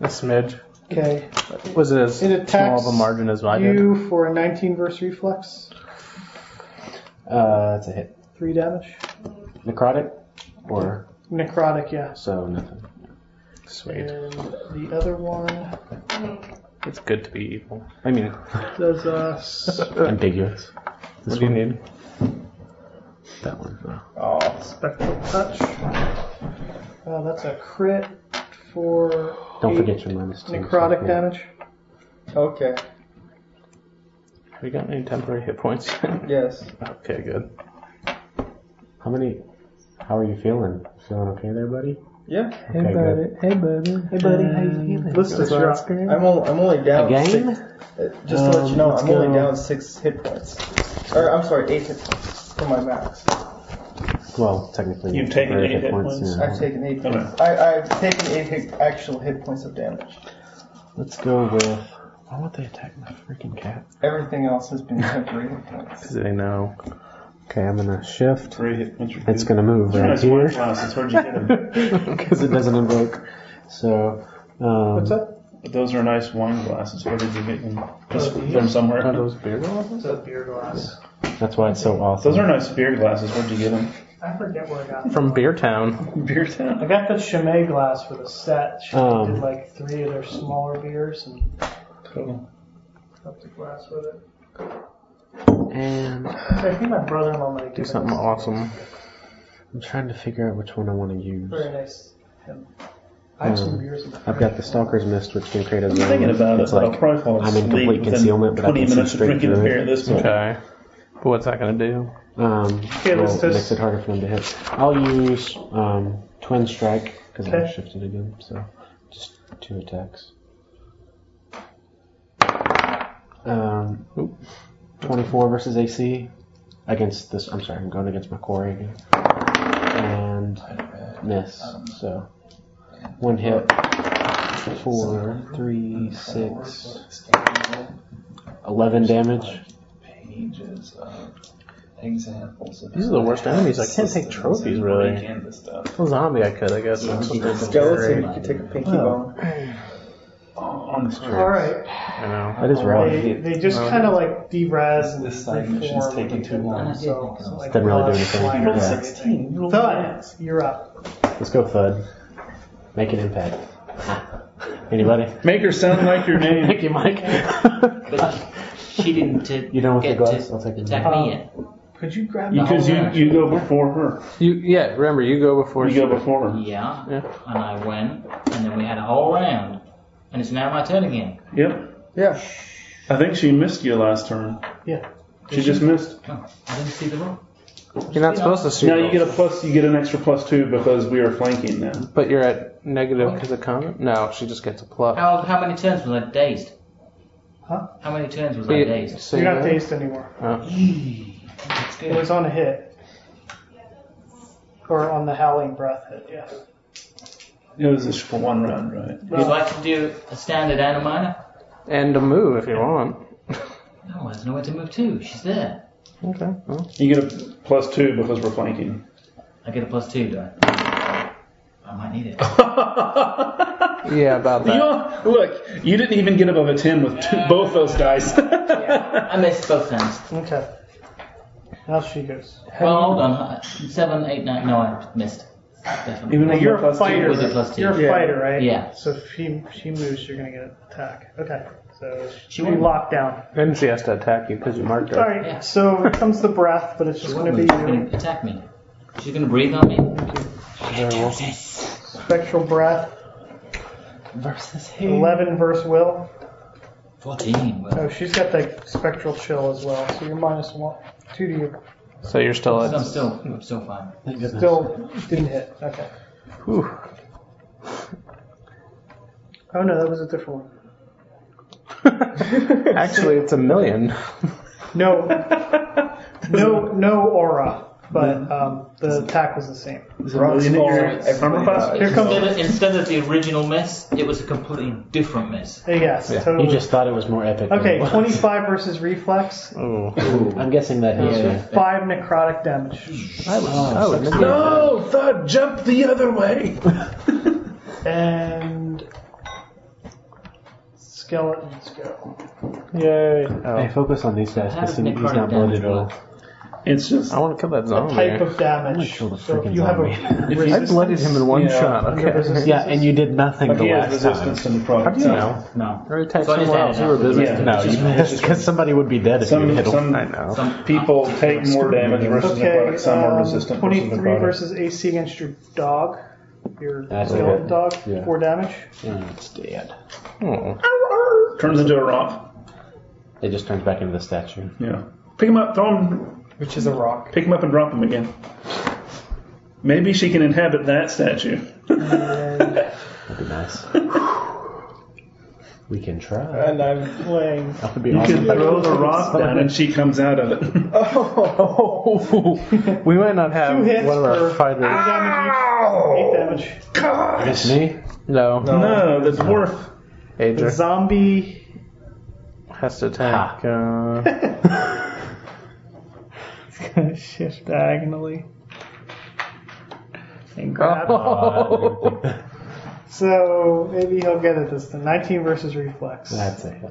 Speaker 5: a smidge.
Speaker 3: Okay.
Speaker 5: Was it as
Speaker 3: It
Speaker 5: small
Speaker 3: attacks
Speaker 5: of a margin as I did?
Speaker 3: You for a 19 versus reflex.
Speaker 4: Uh, that's a hit.
Speaker 3: Three damage.
Speaker 4: Necrotic, or
Speaker 3: Necrotic, yes.
Speaker 4: so nothing.
Speaker 5: Sweet.
Speaker 3: And the other one
Speaker 5: It's good to be evil. I mean,
Speaker 3: does us.
Speaker 5: Uh,
Speaker 4: Ambiguous.
Speaker 5: what do you need?
Speaker 4: That one. no.
Speaker 2: Oh,
Speaker 3: Spectral touch. Uh, that's a crit for
Speaker 4: Don't
Speaker 3: eight
Speaker 4: forget your minus two.
Speaker 3: necrotic
Speaker 4: Yeah.
Speaker 3: damage.
Speaker 2: okay.
Speaker 5: Have you got any temporary hit points?
Speaker 2: Yes.
Speaker 5: okay, good.
Speaker 4: How many? How are you feeling? Feeling okay there, buddy?
Speaker 2: Yeah.
Speaker 4: Okay, good.
Speaker 5: Hey, buddy. Uh,
Speaker 3: Hey buddy, how you feeling? Listus, you're up.
Speaker 2: I'm only, I'm only down six.
Speaker 4: Again?
Speaker 2: uh, Just to let you
Speaker 4: Um,
Speaker 2: know,
Speaker 4: let's
Speaker 2: I'm only
Speaker 4: go.
Speaker 2: down six hit points. Or I'm sorry, eight hit points for my max.
Speaker 4: Well, technically.
Speaker 7: You've taken
Speaker 4: very
Speaker 7: eight
Speaker 4: good
Speaker 7: hit points.
Speaker 4: yeah.
Speaker 2: I've taken eight.
Speaker 7: Okay.
Speaker 2: I, I've taken eight hit, actual hit points of damage.
Speaker 4: Let's go with. Why won't they attack my freaking cat?
Speaker 2: Everything else has been temporary hit points.
Speaker 5: Because they know.
Speaker 4: Okay, I'm gonna shift.
Speaker 7: Three hit points.
Speaker 4: It's gonna move right
Speaker 7: Nice work,
Speaker 4: here
Speaker 7: Klaus. It's hard to hit him.
Speaker 4: because it doesn't invoke. So. Um,
Speaker 3: What's up?
Speaker 7: But those are nice wine glasses. Where did you get them? Just from
Speaker 5: Are
Speaker 7: somewhere.
Speaker 5: those beer glasses?
Speaker 3: It's a beer glass.
Speaker 4: That's why it's so awesome.
Speaker 7: Those are nice beer glasses. Where'd you get them?
Speaker 3: I forget where I got.
Speaker 5: From Beer Town.
Speaker 7: Beer Town.
Speaker 3: I got the Chimay glass for the set. She
Speaker 4: Um,
Speaker 3: did like three of their smaller beers and
Speaker 7: Cool.
Speaker 3: up the glass with it.
Speaker 4: And
Speaker 3: I think my brother-in-law might have
Speaker 5: Do
Speaker 3: given
Speaker 5: something
Speaker 3: us
Speaker 5: awesome.
Speaker 4: I'm trying to figure out which one I want to use.
Speaker 3: Very nice. Him. I have some
Speaker 4: Um,
Speaker 3: beers. In the
Speaker 4: I've got the Stalker's Mist, which can create a
Speaker 7: I'm
Speaker 4: zone.
Speaker 7: thinking about
Speaker 4: it's
Speaker 7: it, but I'll
Speaker 4: like
Speaker 7: probably fall
Speaker 4: I'm
Speaker 7: asleep
Speaker 4: in complete
Speaker 7: within
Speaker 4: concealment, but I
Speaker 7: 20
Speaker 4: can see
Speaker 7: minutes of
Speaker 4: straight
Speaker 7: drinking
Speaker 4: through
Speaker 7: beer
Speaker 4: it.
Speaker 7: at this point.
Speaker 5: Okay. But what's that going to do?
Speaker 4: um,
Speaker 3: Okay, let's
Speaker 4: well,
Speaker 3: just-
Speaker 4: makes it harder for them to hit. I'll use um, Twin Strike because I
Speaker 3: Okay.
Speaker 4: shifted again, so just two attacks. Um,
Speaker 5: Oop.
Speaker 4: 24 versus AC against this. I'm sorry, I'm going against my quarry again, and miss. So one hit. Four, three, six, 11 damage.
Speaker 8: pages of examples of
Speaker 5: These are the worst enemies. I can't take trophies, really.
Speaker 8: and this stuff.
Speaker 5: Well, zombie, I could, I guess.
Speaker 2: Skeleton, you could take a pinky
Speaker 4: Well.
Speaker 2: bone.
Speaker 7: Oh, On the street.
Speaker 3: All right.
Speaker 5: I know.
Speaker 4: That is rough.
Speaker 3: They, they just kind of like deraz and
Speaker 8: This side mission's
Speaker 3: reform
Speaker 8: taking too long.
Speaker 3: themselves, So, it's not like
Speaker 4: Doesn't really do anything.
Speaker 3: flying
Speaker 4: You rolled
Speaker 3: around.
Speaker 8: 16. You rolled
Speaker 3: Thud, you're up.
Speaker 4: Let's go, Thud. Make an impact. Anybody?
Speaker 7: Make her sound like your name.
Speaker 4: Thank you, Mike.
Speaker 6: But she didn't t-
Speaker 4: You done with
Speaker 6: get
Speaker 4: the glass?
Speaker 6: to
Speaker 4: I'll take it.
Speaker 6: attack me yet.
Speaker 3: Could you grab the
Speaker 7: Because you, you go before her.
Speaker 5: You, yeah, remember, you go before
Speaker 7: You
Speaker 5: she-
Speaker 7: go before her.
Speaker 6: Yeah.
Speaker 5: Oh. Yeah.
Speaker 6: And I went, and then we had a whole round. And it's now my turn again.
Speaker 7: Yep.
Speaker 2: Yeah.
Speaker 7: I think she missed you last turn.
Speaker 3: Yeah.
Speaker 7: She just missed.
Speaker 6: Oh, I didn't see the roll.
Speaker 5: You're not supposed to shoot.
Speaker 7: No, you get a plus. You get an extra plus two because we are flanking them.
Speaker 5: But you're at negative because of combat. No, she just gets a plus.
Speaker 6: How how many turns was I dazed?
Speaker 3: Huh?
Speaker 6: How many turns was
Speaker 5: But
Speaker 6: I
Speaker 5: you-
Speaker 6: dazed?
Speaker 5: so
Speaker 3: You're not
Speaker 5: you-
Speaker 3: dazed anymore.
Speaker 5: Oh.
Speaker 6: That's
Speaker 3: It
Speaker 6: good.
Speaker 3: was on a hit. Or on the howling breath hit, yes.
Speaker 7: It was just for one round, right?
Speaker 6: Would you like to do a standard and a minor?
Speaker 5: And a move if you want.
Speaker 6: No, there's nowhere to move to. She's there.
Speaker 5: Okay. well.
Speaker 7: You get a plus two because we're flanking.
Speaker 6: I get a plus two, do I? I might need it.
Speaker 5: Yeah, about that.
Speaker 7: You- look, you didn't even get above a ten with two, both those dice.
Speaker 6: I missed both times.
Speaker 3: Okay. Now she goes.
Speaker 6: Well, hold on. Uh, Seven, eight, nine. No, I missed. Definitely.
Speaker 7: even though
Speaker 3: You're a
Speaker 7: plus two
Speaker 3: fighter.
Speaker 6: was a
Speaker 7: was-
Speaker 6: plus two.
Speaker 3: You're a
Speaker 7: Yeah.
Speaker 3: fighter, right?
Speaker 6: Yeah.
Speaker 3: So if she, she moves, you're going to get an attack. Okay. So
Speaker 6: She
Speaker 3: she
Speaker 6: won't.
Speaker 3: locked down.
Speaker 5: Then she has to attack you because you marked her.
Speaker 3: All right.
Speaker 6: Yeah.
Speaker 3: So here comes the breath, but it's just going to be
Speaker 6: She's gonna
Speaker 3: you.
Speaker 6: attack me. She's gonna breathe on me.
Speaker 3: Spectral breath.
Speaker 6: Versus who?
Speaker 3: Eleven versus will.
Speaker 6: Fourteen. Well,
Speaker 3: Oh, she's got that spectral chill as well. So you're minus one, two to your
Speaker 5: So you're still
Speaker 6: I'm
Speaker 5: at.
Speaker 6: still, I'm still fine.
Speaker 3: still didn't hit. Okay.
Speaker 5: Whew.
Speaker 3: Oh no, that was a different one.
Speaker 5: Actually, it's a million.
Speaker 3: No, no, no aura, but um, the attack was the same.
Speaker 7: Rocks
Speaker 8: Million
Speaker 7: fall.
Speaker 8: dollars.
Speaker 7: Armor class?
Speaker 3: Here comes
Speaker 6: Instead of, instead of the original miss, it was a completely different miss.
Speaker 3: yes, totally.
Speaker 4: You just thought it was more epic. than
Speaker 3: okay,
Speaker 4: it was.
Speaker 3: 25 versus reflex,
Speaker 5: Oh.
Speaker 4: I'm guessing that hits.
Speaker 6: Yeah.
Speaker 3: five necrotic damage,
Speaker 5: I would. I would remember
Speaker 7: No, thud, Oh, jump the other way.
Speaker 3: and skeletons go.
Speaker 5: that. Yay. Oh.
Speaker 4: Hey, focus on these guys.
Speaker 6: How does
Speaker 4: He's, he's
Speaker 6: necrotic
Speaker 4: not bloated at all.
Speaker 6: damage
Speaker 7: It's just
Speaker 5: I want to kill that
Speaker 4: Oh,
Speaker 5: zombie.
Speaker 3: Type of
Speaker 4: gonna
Speaker 3: damage.
Speaker 4: kill the
Speaker 3: So if
Speaker 4: freaking
Speaker 3: you have a
Speaker 4: zombie.
Speaker 7: If you-
Speaker 5: I blooded him in one
Speaker 7: Yeah.
Speaker 5: shot.
Speaker 3: Under
Speaker 5: Okay.
Speaker 3: resistance.
Speaker 4: Yeah, and you did nothing
Speaker 7: but
Speaker 4: the
Speaker 7: he has
Speaker 4: last time.
Speaker 7: resistance to necrotic.
Speaker 5: How do you know?
Speaker 6: No.
Speaker 5: I already typed
Speaker 6: So I just
Speaker 5: someone else. You
Speaker 6: added it
Speaker 5: were
Speaker 6: up.
Speaker 5: busy.
Speaker 7: Yeah.
Speaker 4: No, you missed because somebody would be dead if
Speaker 7: Some-
Speaker 4: you hit him.
Speaker 7: some-
Speaker 5: I know.
Speaker 6: Some
Speaker 7: People take more damage versus
Speaker 3: Okay,
Speaker 7: necrotic. Some are
Speaker 3: um,
Speaker 7: resistant
Speaker 3: 23
Speaker 7: versus necrotic.
Speaker 3: versus AC against your dog, your
Speaker 4: That's a
Speaker 3: skeleton
Speaker 4: hit.
Speaker 3: dog,
Speaker 4: Yeah.
Speaker 3: four damage.
Speaker 4: Mm, it's dead.
Speaker 5: Oh.
Speaker 7: Turns into a rock.
Speaker 4: It just turns back into the statue.
Speaker 7: Yeah. Pick him up. Throw him.
Speaker 3: Which is a rock.
Speaker 7: Pick him up and drop him again. Maybe she can inhabit that statue.
Speaker 4: That'd be nice. we can try.
Speaker 2: And I'm playing.
Speaker 4: That would be
Speaker 7: You
Speaker 4: awesome.
Speaker 7: can throw the rock down and she comes out of it.
Speaker 5: we might not have
Speaker 3: Two hits
Speaker 5: one of our
Speaker 3: per-
Speaker 5: fighters.
Speaker 3: Eight damage.
Speaker 4: It's me.
Speaker 5: No.
Speaker 7: No, the dwarf.
Speaker 3: The
Speaker 5: Ager
Speaker 3: zombie
Speaker 5: has to attack. Uh,
Speaker 3: shift diagonally and grab.
Speaker 5: oh.
Speaker 3: So maybe he'll get it this time. 19 versus reflex.
Speaker 4: That's a hit.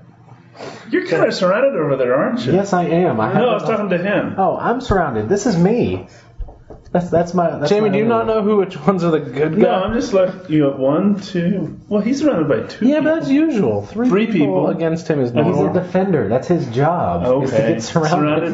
Speaker 7: You're kind of surrounded over there, aren't you?
Speaker 4: Yes, I am. I have
Speaker 7: No, I was talking to him.
Speaker 4: Oh, I'm surrounded. This is me. That's that's my. That's
Speaker 5: Jamie,
Speaker 4: my
Speaker 5: do you
Speaker 4: other-
Speaker 5: not know who which ones are the good
Speaker 7: No,
Speaker 5: guys?
Speaker 7: I'm just left. You have one, two. Well, he's surrounded by two.
Speaker 5: Yeah, but that's usual. Three,
Speaker 7: Three people.
Speaker 5: against him is
Speaker 4: He's a
Speaker 5: normal.
Speaker 4: defender. That's his job. is to
Speaker 7: Okay.
Speaker 4: get surrounded.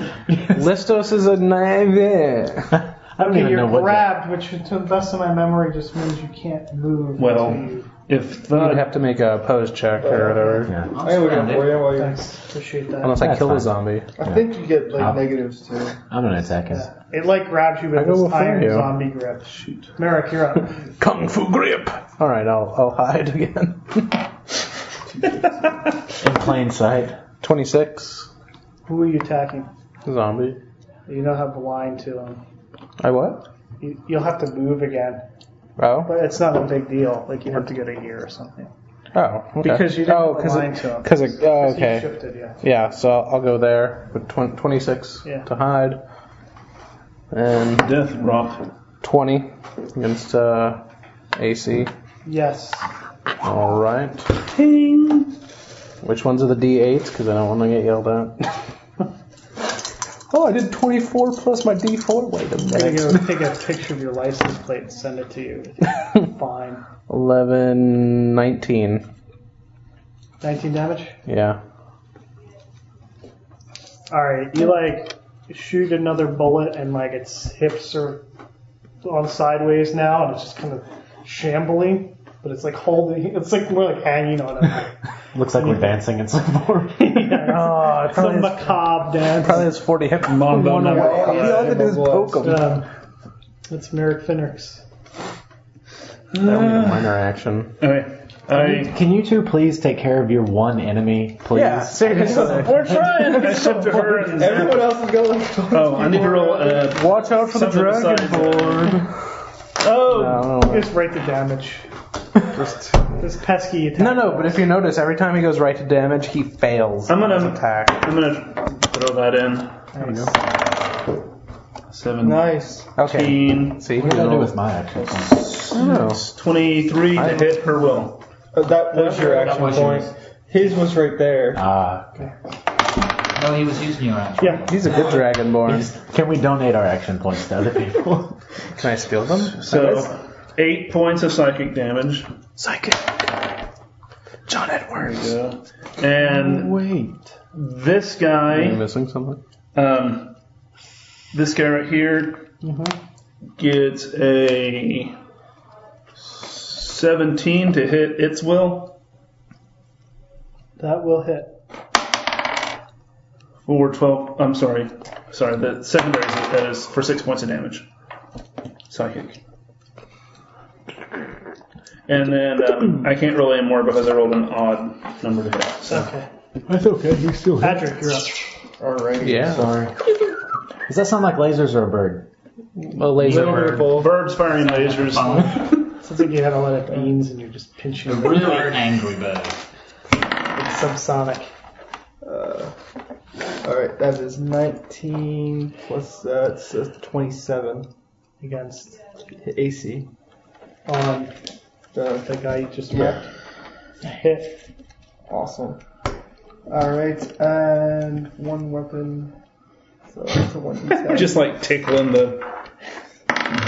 Speaker 5: Listos is a navy.
Speaker 4: I don't
Speaker 3: Okay,
Speaker 4: even know
Speaker 3: you're
Speaker 4: what.
Speaker 3: grabbed, which to the best of my memory just means you can't move. until
Speaker 7: Well,
Speaker 3: you-
Speaker 7: if
Speaker 5: You'd
Speaker 7: the
Speaker 5: have to make a pose check or whatever.
Speaker 4: the- yeah.
Speaker 6: I'm
Speaker 2: I look up for
Speaker 6: surrounded.
Speaker 2: you while you're.
Speaker 3: Thanks. Appreciate that.
Speaker 5: Unless I
Speaker 4: That's
Speaker 5: kill
Speaker 4: fine.
Speaker 5: the zombie.
Speaker 2: I think you get like
Speaker 4: Ow.
Speaker 2: negatives too. Uh,
Speaker 4: I'm gonna attack him.
Speaker 3: It like grabs you
Speaker 5: I
Speaker 3: with
Speaker 5: go
Speaker 3: this
Speaker 5: before
Speaker 3: iron
Speaker 5: you.
Speaker 3: zombie grip. Shoot. Merrick, you're up.
Speaker 5: Kung Fu grip. All right, I'll I'll hide again.
Speaker 4: In plain sight.
Speaker 5: Twenty six
Speaker 3: Who are you attacking?
Speaker 5: zombie.
Speaker 3: You don't have the line to him.
Speaker 5: I what?
Speaker 3: You, you'll have to move again,
Speaker 5: Oh
Speaker 3: but it's not a big deal. Like you have to get a year or something.
Speaker 5: oh. Okay.
Speaker 3: Because you didn't
Speaker 5: oh,
Speaker 3: have a
Speaker 5: cause
Speaker 3: line
Speaker 5: it,
Speaker 3: to him.
Speaker 5: Cause it, oh,
Speaker 3: 'Cause you
Speaker 5: okay.
Speaker 3: shifted, yeah.
Speaker 5: Yeah, so I'll I'll go there with tw- twenty six
Speaker 3: Yeah.
Speaker 5: to hide, and
Speaker 7: death rock.
Speaker 5: twenty against uh, AC.
Speaker 3: Yes.
Speaker 5: All right.
Speaker 7: Ping.
Speaker 5: Which ones are the D8s? Because I don't want to get yelled at. oh, I did 24 plus my D4. Wait a
Speaker 3: I'm
Speaker 5: minute.
Speaker 3: gonna go take a picture of your license plate and send it to you. Fine.
Speaker 5: 11, 19.
Speaker 3: 19 damage.
Speaker 5: Yeah.
Speaker 3: All right, you like shoot another bullet and like its hips are on sideways now, and it's just kind of shambling, but it's like holding. It's like more like hanging on it.
Speaker 4: Looks like we're dancing in some form.
Speaker 5: Oh, it
Speaker 3: Some
Speaker 5: probably has,
Speaker 3: macabre dance.
Speaker 5: probably has 40 hit points.
Speaker 8: Come on,
Speaker 5: All
Speaker 8: Bono.
Speaker 5: I have to do is poke him.
Speaker 3: Um, that's Merrick Finner's.
Speaker 5: That would be a minor action.
Speaker 7: Okay. I,
Speaker 8: Can you two please take care of your one enemy, please?
Speaker 5: seriously.
Speaker 7: we're trying. I said to her and
Speaker 2: Everyone else is going.
Speaker 7: Oh, I need to roll. Uh,
Speaker 5: Watch out for the
Speaker 7: Something
Speaker 5: dragon
Speaker 7: besides
Speaker 5: board.
Speaker 7: oh,
Speaker 5: No, no,
Speaker 3: Just rate the damage.
Speaker 5: just-
Speaker 3: This pesky attack.
Speaker 5: no, no, but if you notice, every time he goes right to damage, he fails.
Speaker 7: I'm gonna-
Speaker 5: his attack.
Speaker 7: I'm gonna throw that in.
Speaker 5: There you go.
Speaker 7: Seventeen.
Speaker 2: Nice.
Speaker 5: Okay. See,
Speaker 8: What
Speaker 5: he
Speaker 8: did I do
Speaker 5: rolled-
Speaker 8: with my action?
Speaker 5: I don't know.
Speaker 7: It's 23 to hit her will.
Speaker 2: Uh, that was your action
Speaker 6: was
Speaker 2: point.
Speaker 6: yours.
Speaker 2: His was right there.
Speaker 8: Ah,
Speaker 6: No, he was using your action.
Speaker 3: Yeah.
Speaker 5: He's a good dragonborn.
Speaker 8: can we donate our action points to other people?
Speaker 5: Can I steal them?
Speaker 7: So, eight points of psychic damage.
Speaker 1: Psychic. John Edwards.
Speaker 7: Yeah. And
Speaker 5: Wait.
Speaker 7: this
Speaker 5: Are you
Speaker 7: guy,
Speaker 5: missing something?
Speaker 7: um, this guy right here,
Speaker 3: Mm-hmm.
Speaker 7: gets a 17 to hit its will
Speaker 3: That will hit.
Speaker 7: for 12. I'm sorry, sorry. The secondary is- that is for six points of damage. Psychic. And then um, I can't roll anymore because I rolled an odd number to hit. So.
Speaker 3: Okay.
Speaker 8: That's okay. You still
Speaker 3: Patrick, you're up.
Speaker 2: Alrighty.
Speaker 5: Yeah.
Speaker 8: Sorry. Does that sound like lasers or a bird?
Speaker 5: A laser bird.
Speaker 7: Birds firing lasers.
Speaker 3: Sounds like you had a lot of beans and you're just pinching
Speaker 6: A
Speaker 3: them. It's
Speaker 6: really angry bird.
Speaker 3: subsonic.
Speaker 2: Uh, Alright, that is 19 plus that's uh, 27
Speaker 3: against
Speaker 2: AC.
Speaker 3: on
Speaker 2: Uh,
Speaker 3: the guy you just
Speaker 2: yeah,
Speaker 3: hit.
Speaker 2: awesome. Alright, and one weapon. So that's a 1d10.
Speaker 7: Just like tickling the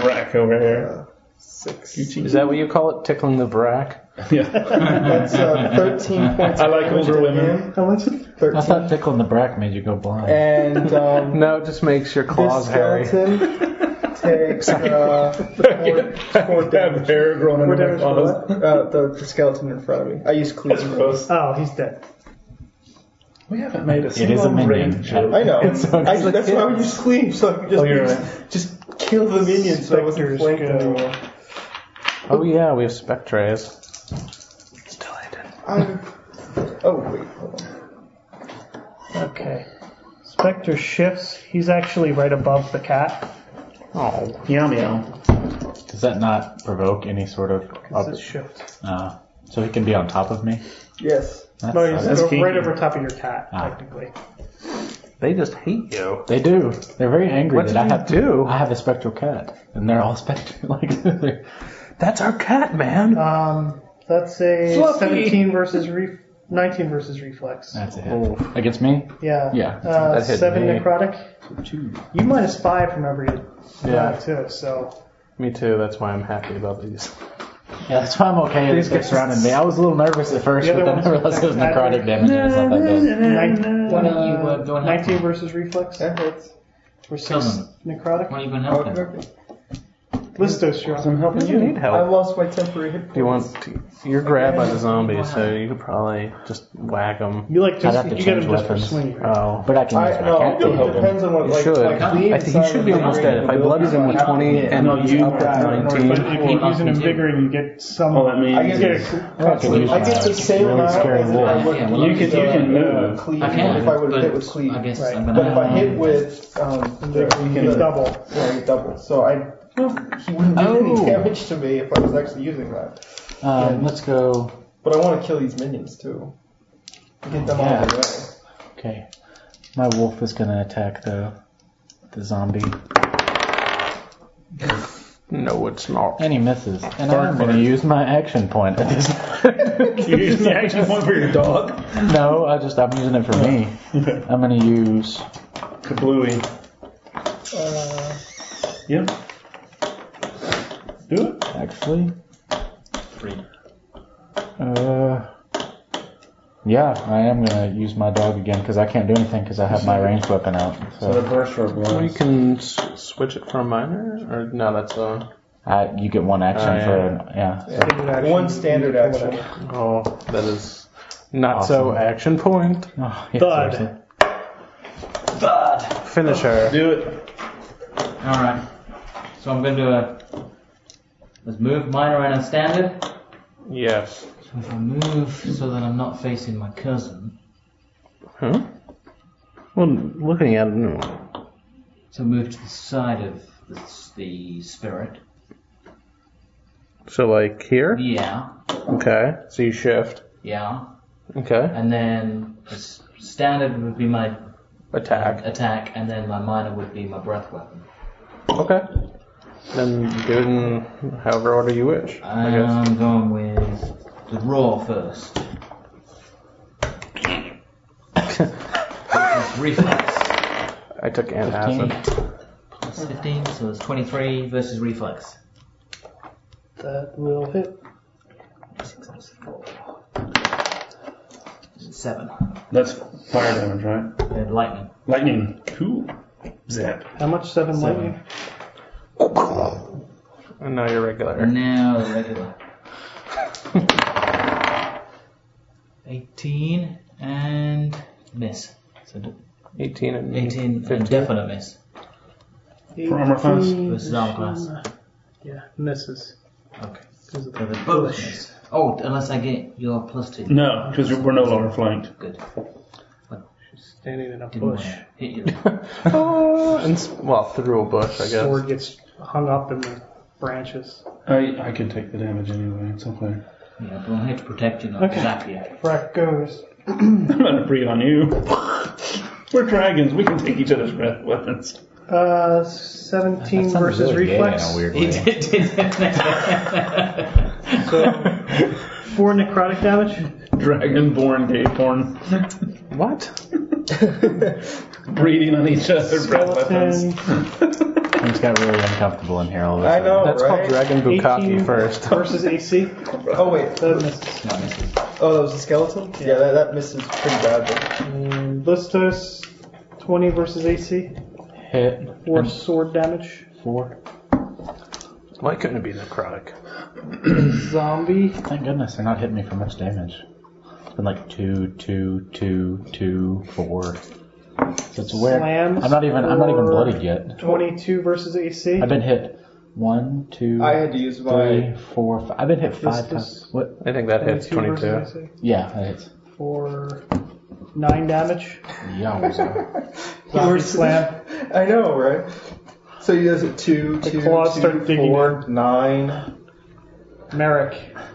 Speaker 7: rack over here.
Speaker 2: uh, 6.
Speaker 5: Is that what you call it? Tickling the brack?
Speaker 7: Yeah.
Speaker 2: That's uh, 13 points.
Speaker 7: I
Speaker 2: of
Speaker 7: like
Speaker 2: damage
Speaker 7: older
Speaker 2: to
Speaker 7: women.
Speaker 2: him.
Speaker 3: How much?
Speaker 8: I
Speaker 2: 13.
Speaker 8: thought tickling the brack made you go blind.
Speaker 2: And um,
Speaker 5: No, it just makes your
Speaker 2: this
Speaker 5: claws hairy.
Speaker 2: skeleton takes uh, four, four
Speaker 7: Have
Speaker 2: damage.
Speaker 7: hair growing
Speaker 2: Four
Speaker 7: under my
Speaker 2: damage for
Speaker 7: claws.
Speaker 2: what? Uh, the, the skeleton in front of me. I use clues.
Speaker 7: That's gross.
Speaker 3: Oh, he's dead.
Speaker 7: We haven't made a
Speaker 8: It is a
Speaker 7: single
Speaker 8: minion.
Speaker 7: rape joke.
Speaker 2: I know.
Speaker 8: sounds
Speaker 2: I, that's why we just leave, so I can just,
Speaker 7: Oh, you're
Speaker 2: just kill the minions so I wasn't
Speaker 3: Spectres
Speaker 2: flanked
Speaker 3: go.
Speaker 2: anymore.
Speaker 5: Oh yeah, we have spectres.
Speaker 2: I'm, oh, wait, hold on.
Speaker 3: Okay. Spectre shifts. He's actually right above the cat.
Speaker 5: Oh,
Speaker 7: Meow meow.
Speaker 8: Does that not provoke any sort of?
Speaker 3: It's a shift.
Speaker 8: Uh, so he can be on top of me.
Speaker 2: Yes.
Speaker 8: That's,
Speaker 3: No, he's
Speaker 7: that's
Speaker 3: go- right
Speaker 7: kinky.
Speaker 3: over top of your cat,
Speaker 8: Ah.
Speaker 3: technically.
Speaker 5: they just hate you.
Speaker 8: They do. They're very angry
Speaker 5: What
Speaker 8: that
Speaker 5: did
Speaker 8: I
Speaker 5: you
Speaker 8: have
Speaker 5: do?
Speaker 8: I have a spectral cat, and they're all spectral. Like they're-
Speaker 5: That's our cat, man.
Speaker 3: Um, that's a
Speaker 5: Fluffy.
Speaker 3: 17 versus re- 19 versus reflex.
Speaker 8: that's it.
Speaker 5: Oh.
Speaker 8: Against me?
Speaker 3: Yeah.
Speaker 8: Yeah.
Speaker 3: Uh,
Speaker 5: That hit
Speaker 3: seven
Speaker 5: me.
Speaker 3: necrotic.
Speaker 8: Two.
Speaker 3: You minus five from every
Speaker 5: Yeah.
Speaker 3: attack too. So
Speaker 5: Me too. That's why I'm happy about these.
Speaker 8: Yeah, that's why I'm okay. These guys surrounding me. I was a little nervous at first,
Speaker 3: The
Speaker 8: but
Speaker 3: other
Speaker 8: then I
Speaker 3: one's
Speaker 8: realized it was necrotic
Speaker 3: protected.
Speaker 8: damage. and It's not that bad.
Speaker 3: Nin-
Speaker 6: Why don't you, uh, go and help
Speaker 3: 19 versus reflex
Speaker 2: That hurts.
Speaker 3: for
Speaker 6: Kill
Speaker 3: six
Speaker 6: them.
Speaker 3: necrotic.
Speaker 6: Why are you going to help him?
Speaker 2: Oh, Okay.
Speaker 3: Listos, you're up.
Speaker 7: I'm helping
Speaker 5: You need
Speaker 2: I
Speaker 5: help.
Speaker 2: lost my temporary hit
Speaker 5: Do you want? To, you're grabbed by the zombies, so you could probably just whack them.
Speaker 3: You like
Speaker 8: I'd have
Speaker 3: just
Speaker 8: to
Speaker 3: you get
Speaker 8: change
Speaker 3: him just for
Speaker 8: weapons.
Speaker 3: swinging. right?
Speaker 5: Oh,
Speaker 8: But I can use
Speaker 2: I,
Speaker 8: my
Speaker 2: no,
Speaker 8: cat to help
Speaker 2: it
Speaker 8: him.
Speaker 2: depends on what,
Speaker 5: You
Speaker 2: like,
Speaker 5: should.
Speaker 2: like
Speaker 5: I think he should be almost dead. If I bloodied him with 20 and
Speaker 7: No,
Speaker 5: he's
Speaker 7: you-
Speaker 5: up at
Speaker 7: Right.
Speaker 5: 19,
Speaker 3: But if you use an invigorating, you get some.
Speaker 7: All Oh, that means
Speaker 2: I get
Speaker 7: is
Speaker 2: it.
Speaker 8: I can use
Speaker 2: I get the
Speaker 8: my
Speaker 2: same
Speaker 8: really
Speaker 2: amount
Speaker 8: scary
Speaker 2: as if I
Speaker 8: wolf.
Speaker 2: would
Speaker 6: Yeah, well,
Speaker 7: you can you can move.
Speaker 2: cleave
Speaker 6: I can,
Speaker 2: if I would have
Speaker 6: but
Speaker 2: hit with cleave.
Speaker 6: I guess
Speaker 3: Right.
Speaker 6: I'm going to
Speaker 2: But if I hit with um, the,
Speaker 3: It's
Speaker 2: the-
Speaker 3: double.
Speaker 2: yeah, you double. So I he wouldn't do
Speaker 8: Oh.
Speaker 2: any damage to me if I was actually using that.
Speaker 8: Um, let's go.
Speaker 2: But I want to kill these minions too. To Get them out of the
Speaker 8: Okay. My wolf is gonna attack the the zombie,
Speaker 5: no, it's not.
Speaker 8: and he misses. And I'm gonna use my action point at this.
Speaker 7: You use the action point for your dog.
Speaker 8: No, I just I'm using it for me. I'm gonna use
Speaker 2: way.
Speaker 7: Kablooey.
Speaker 2: Uh,
Speaker 7: Yeah. Do it.
Speaker 8: actually.
Speaker 6: Three.
Speaker 8: Uh, yeah, I am gonna use my dog again because I can't do anything because I have my ranged weapon out.
Speaker 7: So the
Speaker 8: So
Speaker 7: burst or a
Speaker 5: We
Speaker 7: blast.
Speaker 5: can s- switch it from minor, or no, that's a.
Speaker 8: I, you get one action
Speaker 5: Oh, yeah.
Speaker 8: for an, yeah.
Speaker 2: one standard action.
Speaker 5: Oh, that is. Not so action point.
Speaker 8: Oh, yeah,
Speaker 3: Thud.
Speaker 8: seriously.
Speaker 6: Thud.
Speaker 5: Finish her.
Speaker 7: Do it.
Speaker 6: All right. So I'm going to do a. Let's move minor and standard.
Speaker 5: Yes.
Speaker 6: So if I move so that I'm not facing my cousin,
Speaker 5: Huh? Well, looking at hmm, it, no.
Speaker 6: so move to the side of the, the spirit.
Speaker 5: So, like, here?
Speaker 6: Yeah.
Speaker 5: Okay. So you shift.
Speaker 6: Yeah.
Speaker 5: Okay.
Speaker 6: And then the s- standard would be my
Speaker 5: Attack.
Speaker 6: attack, and then my minor would be my breath weapon.
Speaker 5: Okay. Then do it in however order you wish. I guess.
Speaker 6: I'm going with the raw first. Which is reflex.
Speaker 5: I took antacid.
Speaker 6: That's 15, so it's 23 versus reflex.
Speaker 3: That will hit.
Speaker 6: Seven.
Speaker 7: That's fire damage, right?
Speaker 6: And lightning.
Speaker 7: Lightning. Cool. Zap.
Speaker 3: How much? Seven, lightning?
Speaker 5: And now you're regular.
Speaker 6: Now the regular. 18 and miss. So d-
Speaker 5: 18 and
Speaker 6: 18 and
Speaker 5: 15.
Speaker 6: definite miss
Speaker 7: For armor class?
Speaker 6: versus armor class.
Speaker 3: Yeah, misses.
Speaker 6: Okay.
Speaker 3: Because of
Speaker 6: So
Speaker 3: the
Speaker 6: the both miss. Oh, unless I get your plus two.
Speaker 7: No, because we're no longer flanked.
Speaker 6: Good.
Speaker 3: standing in a
Speaker 6: Didn't
Speaker 3: bush.
Speaker 6: wanna hit you.
Speaker 5: Ah, and s- well, through a bush, I guess.
Speaker 3: Sword gets hung up in the branches.
Speaker 7: I I can take the damage anyway. It's okay.
Speaker 6: Yeah, but I'm here to protect you, not okay. zap you.
Speaker 3: Frack goes.
Speaker 7: I'm gonna breathe on you. We're dragons. We can take each other's breath weapons.
Speaker 3: Uh, 17
Speaker 8: Sounded
Speaker 3: versus
Speaker 8: really gay
Speaker 3: reflex.
Speaker 8: in a weird
Speaker 6: He
Speaker 8: way.
Speaker 6: did, did that.
Speaker 3: Four necrotic damage.
Speaker 7: Dragon-born gay porn.
Speaker 5: What?
Speaker 7: Breathing on each other's breath weapons.
Speaker 3: Skeleton.
Speaker 8: Things got really uncomfortable in here all of a
Speaker 2: I
Speaker 8: sudden.
Speaker 2: know,
Speaker 5: That's called
Speaker 2: right?
Speaker 5: Dragon
Speaker 3: 18
Speaker 5: Bukaki first.
Speaker 3: versus AC.
Speaker 2: Oh wait,
Speaker 3: That misses.
Speaker 6: no, this is
Speaker 2: oh that was a skeleton. Yeah, that, that misses pretty badly.
Speaker 3: And Listos, 20 versus AC.
Speaker 8: Hit
Speaker 3: Four sword damage.
Speaker 8: four.
Speaker 5: Why couldn't it be necrotic?
Speaker 3: Zombie.
Speaker 8: Thank goodness they're not hitting me for much damage. It's been like two, two, two, two, four. So it's weird.
Speaker 3: Slams
Speaker 8: I'm not even. I'm not even
Speaker 3: or-
Speaker 8: bloodied yet.
Speaker 3: 22 versus AC.
Speaker 8: I've been hit one, two,
Speaker 2: I had to use my
Speaker 8: three, four, five. I've been hit five
Speaker 3: this-
Speaker 8: times. What?
Speaker 5: I think that hits 22.
Speaker 3: versus AC.
Speaker 8: Yeah, that hits.
Speaker 3: For 9 damage.
Speaker 8: Yowza.
Speaker 3: Zombie slam.
Speaker 2: I know, right? So you guys at two, two,
Speaker 3: claws
Speaker 2: two,
Speaker 3: start digging
Speaker 2: four, nine.
Speaker 3: Merrick.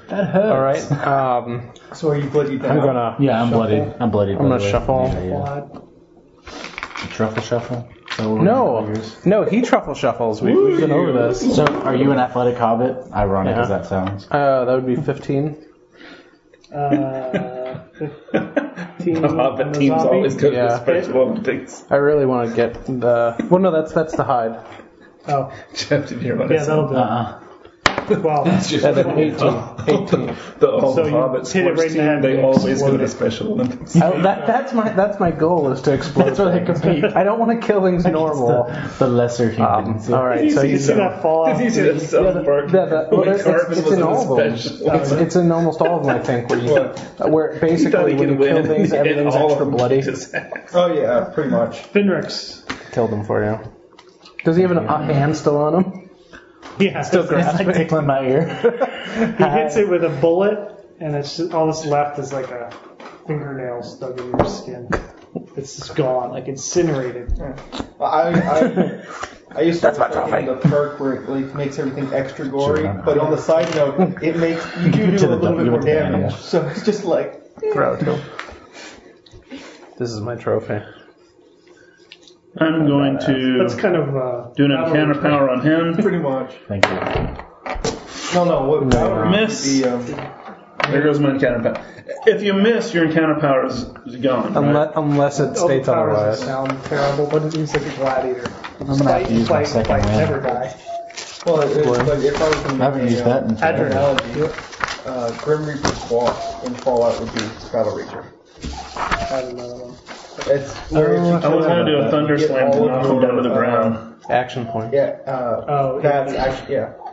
Speaker 8: that hurts.
Speaker 5: All right. Um,
Speaker 2: So are you bloody down?
Speaker 5: I'm gonna.
Speaker 8: Yeah, I'm bloodied. I'm bloodied. by
Speaker 5: I'm gonna
Speaker 8: the way.
Speaker 5: shuffle.
Speaker 8: Yeah, yeah.
Speaker 3: Quad.
Speaker 8: Truffle shuffle. So we're
Speaker 5: No,
Speaker 8: gonna do yours.
Speaker 5: no, he truffle shuffles. We, we've been over this.
Speaker 8: So are you an athletic hobbit? Ironic
Speaker 5: Yeah.
Speaker 8: as that sounds.
Speaker 5: Uh, that would be 15.
Speaker 3: Uh, 15.
Speaker 7: The Hobbit
Speaker 3: and the
Speaker 7: teams
Speaker 3: zombie.
Speaker 7: always go to
Speaker 5: Yeah.
Speaker 7: the special Olympics.
Speaker 5: I really want to get the. Well, no, that's that's the hide.
Speaker 3: Oh,
Speaker 7: Jeff, did you hear what I
Speaker 3: yeah,
Speaker 7: said?
Speaker 3: that'll do
Speaker 8: Uh-uh.
Speaker 3: it. 12.
Speaker 7: Just-
Speaker 5: And then 18. 18.
Speaker 7: The old
Speaker 3: So you
Speaker 7: Hobbit
Speaker 3: hit it right in
Speaker 7: sports
Speaker 3: the
Speaker 7: team,
Speaker 3: head
Speaker 7: they
Speaker 3: and
Speaker 7: always go
Speaker 3: explode
Speaker 7: to
Speaker 3: it.
Speaker 7: Special Olympics.
Speaker 5: I, that, that's my that's my goal is to explode.
Speaker 8: That's where they
Speaker 5: things.
Speaker 8: compete.
Speaker 5: I don't want to kill things normal.
Speaker 8: The, the lesser
Speaker 5: Um,
Speaker 8: humans.
Speaker 5: all right, so
Speaker 7: Did
Speaker 5: you
Speaker 7: you
Speaker 3: see that fall
Speaker 7: Did you
Speaker 3: off
Speaker 7: see that South Park?
Speaker 5: Yeah, the, well,
Speaker 7: when
Speaker 5: it's,
Speaker 7: Cartman
Speaker 5: it's, it's
Speaker 7: was
Speaker 5: in
Speaker 7: in
Speaker 5: all of
Speaker 7: the
Speaker 5: them.
Speaker 7: special
Speaker 5: It's, it's in almost all of them, I think, where, you,
Speaker 7: What?
Speaker 5: where
Speaker 7: He thought
Speaker 5: basically
Speaker 7: he
Speaker 5: when
Speaker 7: could
Speaker 5: you kill
Speaker 7: win,
Speaker 5: things,
Speaker 7: and
Speaker 5: everything's
Speaker 7: all of
Speaker 5: extra
Speaker 7: them
Speaker 5: bloody.
Speaker 7: kicked his ass.
Speaker 2: Oh yeah, pretty much.
Speaker 3: Finrix.
Speaker 5: Killed them for you. Does he have an, a hand still on him?
Speaker 3: Yeah, still
Speaker 8: It's like tickling my ear.
Speaker 3: He hits it with a bullet, and it's just, all that's left is like a fingernail stuck in your skin. It's just gone, like incinerated.
Speaker 2: Well, I, I, I used to
Speaker 5: That's my
Speaker 2: work in the perk where it like makes everything extra gory,
Speaker 8: Sure.
Speaker 2: but on the side note, it makes you do,
Speaker 8: To
Speaker 2: do a
Speaker 8: the
Speaker 2: little
Speaker 8: dump,
Speaker 2: bit
Speaker 8: you
Speaker 2: more
Speaker 8: went to the dump,
Speaker 2: damage.
Speaker 8: yeah.
Speaker 2: So it's just like
Speaker 5: Throw it to him. This is my trophy.
Speaker 7: I'm going
Speaker 3: That's
Speaker 7: to
Speaker 3: kind of uh,
Speaker 7: do another counter power on him.
Speaker 2: pretty much.
Speaker 8: Thank you.
Speaker 2: No, no, what
Speaker 5: No,
Speaker 2: I don't
Speaker 7: miss.
Speaker 2: The, um,
Speaker 7: uh, There goes my encounter power. If you miss, your encounter power is is gone. right?
Speaker 5: Unless, unless it
Speaker 3: All the
Speaker 5: states
Speaker 3: powers that
Speaker 5: otherwise.
Speaker 3: sound terrible, but it means like a gladiator.
Speaker 8: I'm gonna have to use my
Speaker 3: fight,
Speaker 8: second
Speaker 3: fight,
Speaker 8: win.
Speaker 3: never die.
Speaker 2: well, it, it's like if I was in
Speaker 8: I haven't used that in
Speaker 2: An
Speaker 8: forever.
Speaker 2: analogy, uh, Grim Reaper's walk in Fallout would be Battle Rager.
Speaker 3: I don't know.
Speaker 2: It's where if you
Speaker 7: I
Speaker 2: kill
Speaker 7: was going to do a
Speaker 2: you
Speaker 7: thunder
Speaker 2: get
Speaker 7: slam to
Speaker 2: all
Speaker 7: knock
Speaker 2: of
Speaker 7: him down to the
Speaker 2: your, uh,
Speaker 7: ground.
Speaker 5: Action point.
Speaker 2: Yeah, uh,
Speaker 3: Oh,
Speaker 2: that's actually yeah.